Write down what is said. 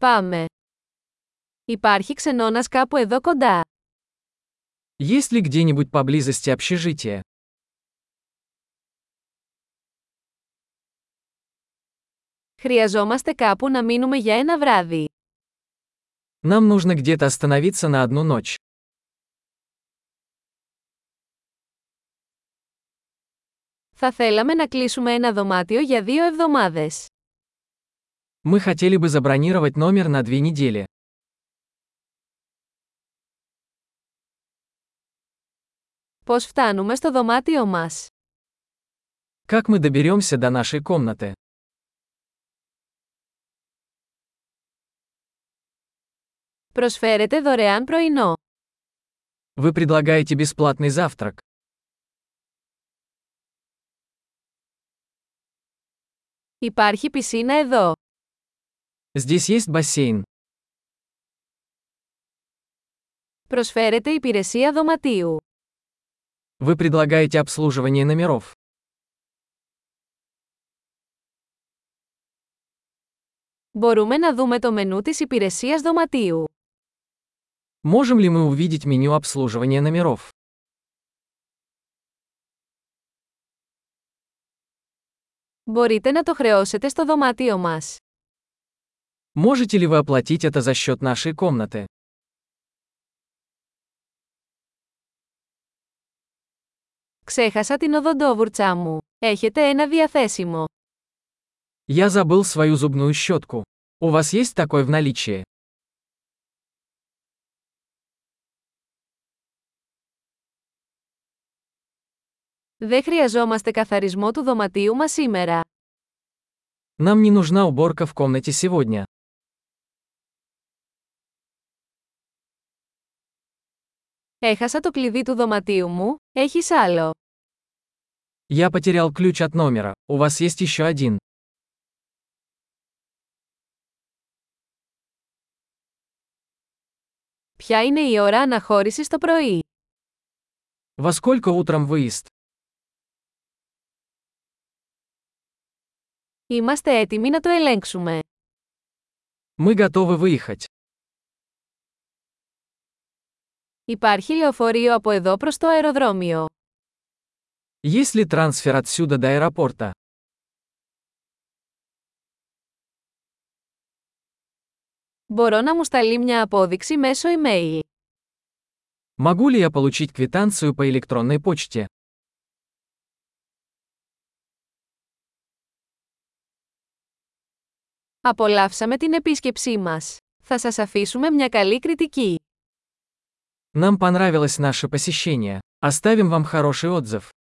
Πάμε. Υπάρχει ξενώνας κάπου εδώ κοντά. Есть ли где-нибудь поблизости общежитие? Χρειαζόμαστε κάπου να μείνουμε για ένα βράδυ. Нам нужно где-то остановиться на одну ночь. Θα θέλαμε να κλείσουμε ένα δωμάτιο για δύο εβδομάδες. Мы хотели бы забронировать номер на две недели. Πώς φτάνουμε στο δωμάτιο μας. Как мы доберемся до нашей комнаты? Προσφέρετε δωρεάν πρωινό. Вы предлагаете бесплатный завтрак. Υπάρχει πισίνα εδώ. Здесь есть бассейн. Προσφέρετε υπηρεσία δωματίου. Вы предлагаете обслуживание номеров. Μπορούμε να δούμε το μενού της υπηρεσίας δωματίου. Можем ли мы увидеть меню обслуживания номеров? Μπορείτε να το χρεώσετε στο δωμάτιο μας. Можете ли вы оплатить это за счет нашей комнаты? Ξέχασα την οδοντόβουρτσά μου. Έχετε ένα διαθέσιμο. Я забыл свою зубную щетку. У вас есть такой в наличии? Δεν χρειαζόμαστε καθαρισμό του δωματίου μας σήμερα. Нам не нужна уборка в комнате сегодня. Έχασα το κλειδί του δωματίου μου, έχεις άλλο. Я потерял ключ от номера. У вас есть еще один. Ποια είναι η ώρα αναχώρησης το πρωί. Во сколько утром выезд? Είμαστε έτοιμοι να το ελέγξουμε. Мы готовы выехать. Υπάρχει λεωφορείο από εδώ προς το αεροδρόμιο. Есть ли трансфер отсюда до аэропорта? Μπορώ να μου σταλεί μια απόδειξη μέσω email. Могу ли я получить квитанцию по электронной почте? Απολαύσαμε την επίσκεψή μας. Θα σας αφήσουμε μια καλή κριτική. Нам понравилось наше посещение. Оставим вам хороший отзыв.